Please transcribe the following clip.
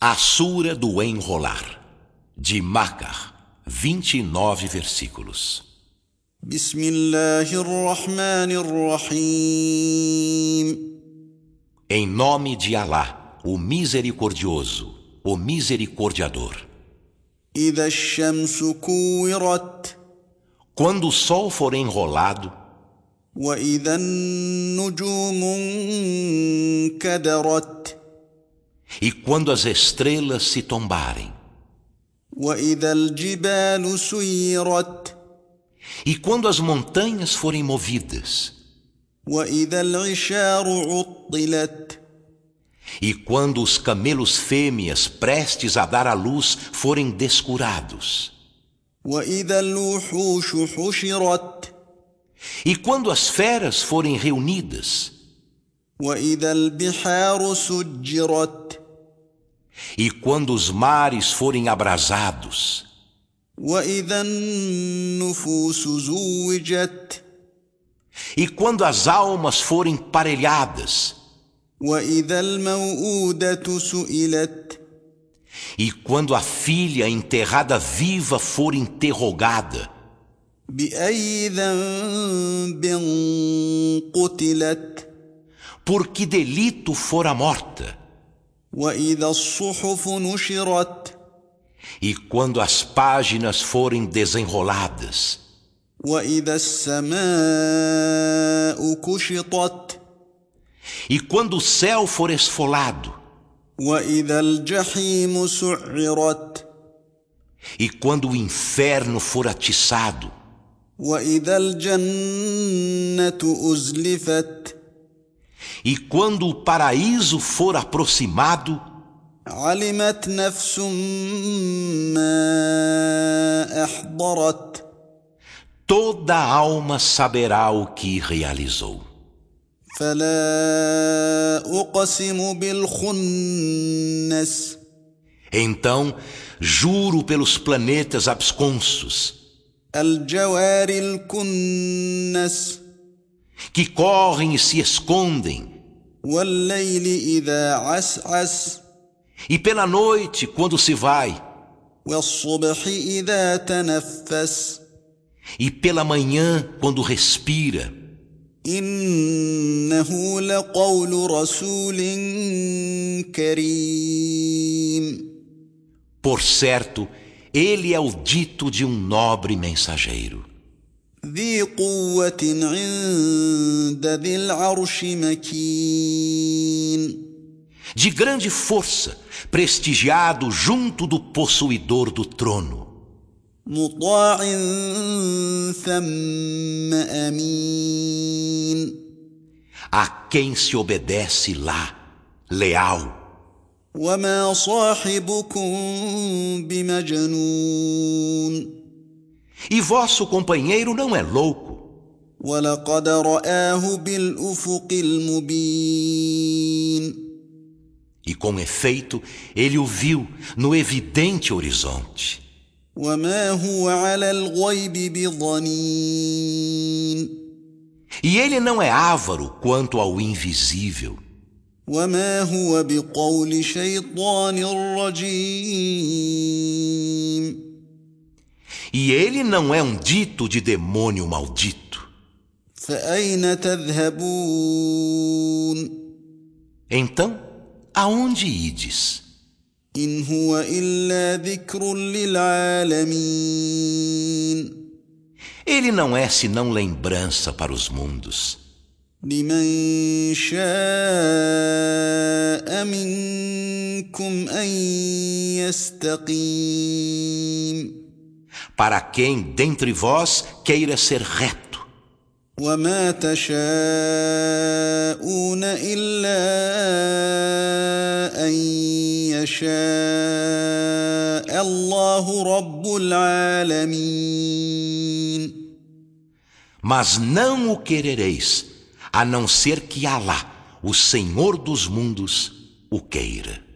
A Sura do Enrolar, de Macar, 29 versículos. بسم الله الرحمن الرحيم Em nome de Alá, o Misericordioso, o Misericordiador. إذا الشمس كورت Quando o sol for enrolado وإذا النجوم انكدرت e quando as estrelas se tombarem وإذا الجبال سيرت e quando as montanhas forem movidas وإذا العشار عطلت e quando os camelos fêmeas prestes a dar à luz forem descurados وإذا الوحوش حشرت e quando as feras forem reunidas وإذا البحار سجرت e quando os mares forem abrasados وإذا النفوس زوجت e quando as almas forem parelhadas وإذا الموءودة سئلت e quando a filha enterrada viva for interrogada بأي ذنب قتلت por que delito fora morta وإذا الصحف نشرت E quando as páginas forem desenroladas, وإذا السماء كشطت e quando o céu for esfolado, وإذا الجحيم سعرت e quando o inferno for atiçado, وإذا الجنة أزلفت e quando o paraíso for aproximado, علمت نفس ما أحضرت toda alma saberá o que realizou. فلا أقسم بالخنس Então, juro pelos planetas absconsos, الجوار الكنس que correm e se escondem, والليل إذا عسعس e pela noite, quando se vai, والصبح إذا تنفس e pela manhã, quando respira. إنه لقول رسول كريم Por certo, ele é o dito de um nobre mensageiro, ذي قوة عند ذي العرش مكين de grande força, prestigiado junto do possuidor do trono, مطاع ثم أمين a quem se obedece lá, leal, وما صاحبكم بمجنون e vosso companheiro não é louco. ولقد رآه بالأفق المبين E com efeito, ele o viu no evidente horizonte, وما هو على الغيب بضنين e ele não é avaro quanto ao invisível, وما هو بقول شيطان رجيم e ele não é um dito de demônio maldito. فأين تذهبون Então, aonde ides? إن هو إلا ذكر للعالمين Ele não é senão lembrança para os mundos, لمن شاء منكم أن يستقيم para quem dentre vós queira ser reto. وما تشاءون إلا أن يشاء الله رب العالمين Mas não o querereis, a não ser que Alá, o Senhor dos mundos, o queira.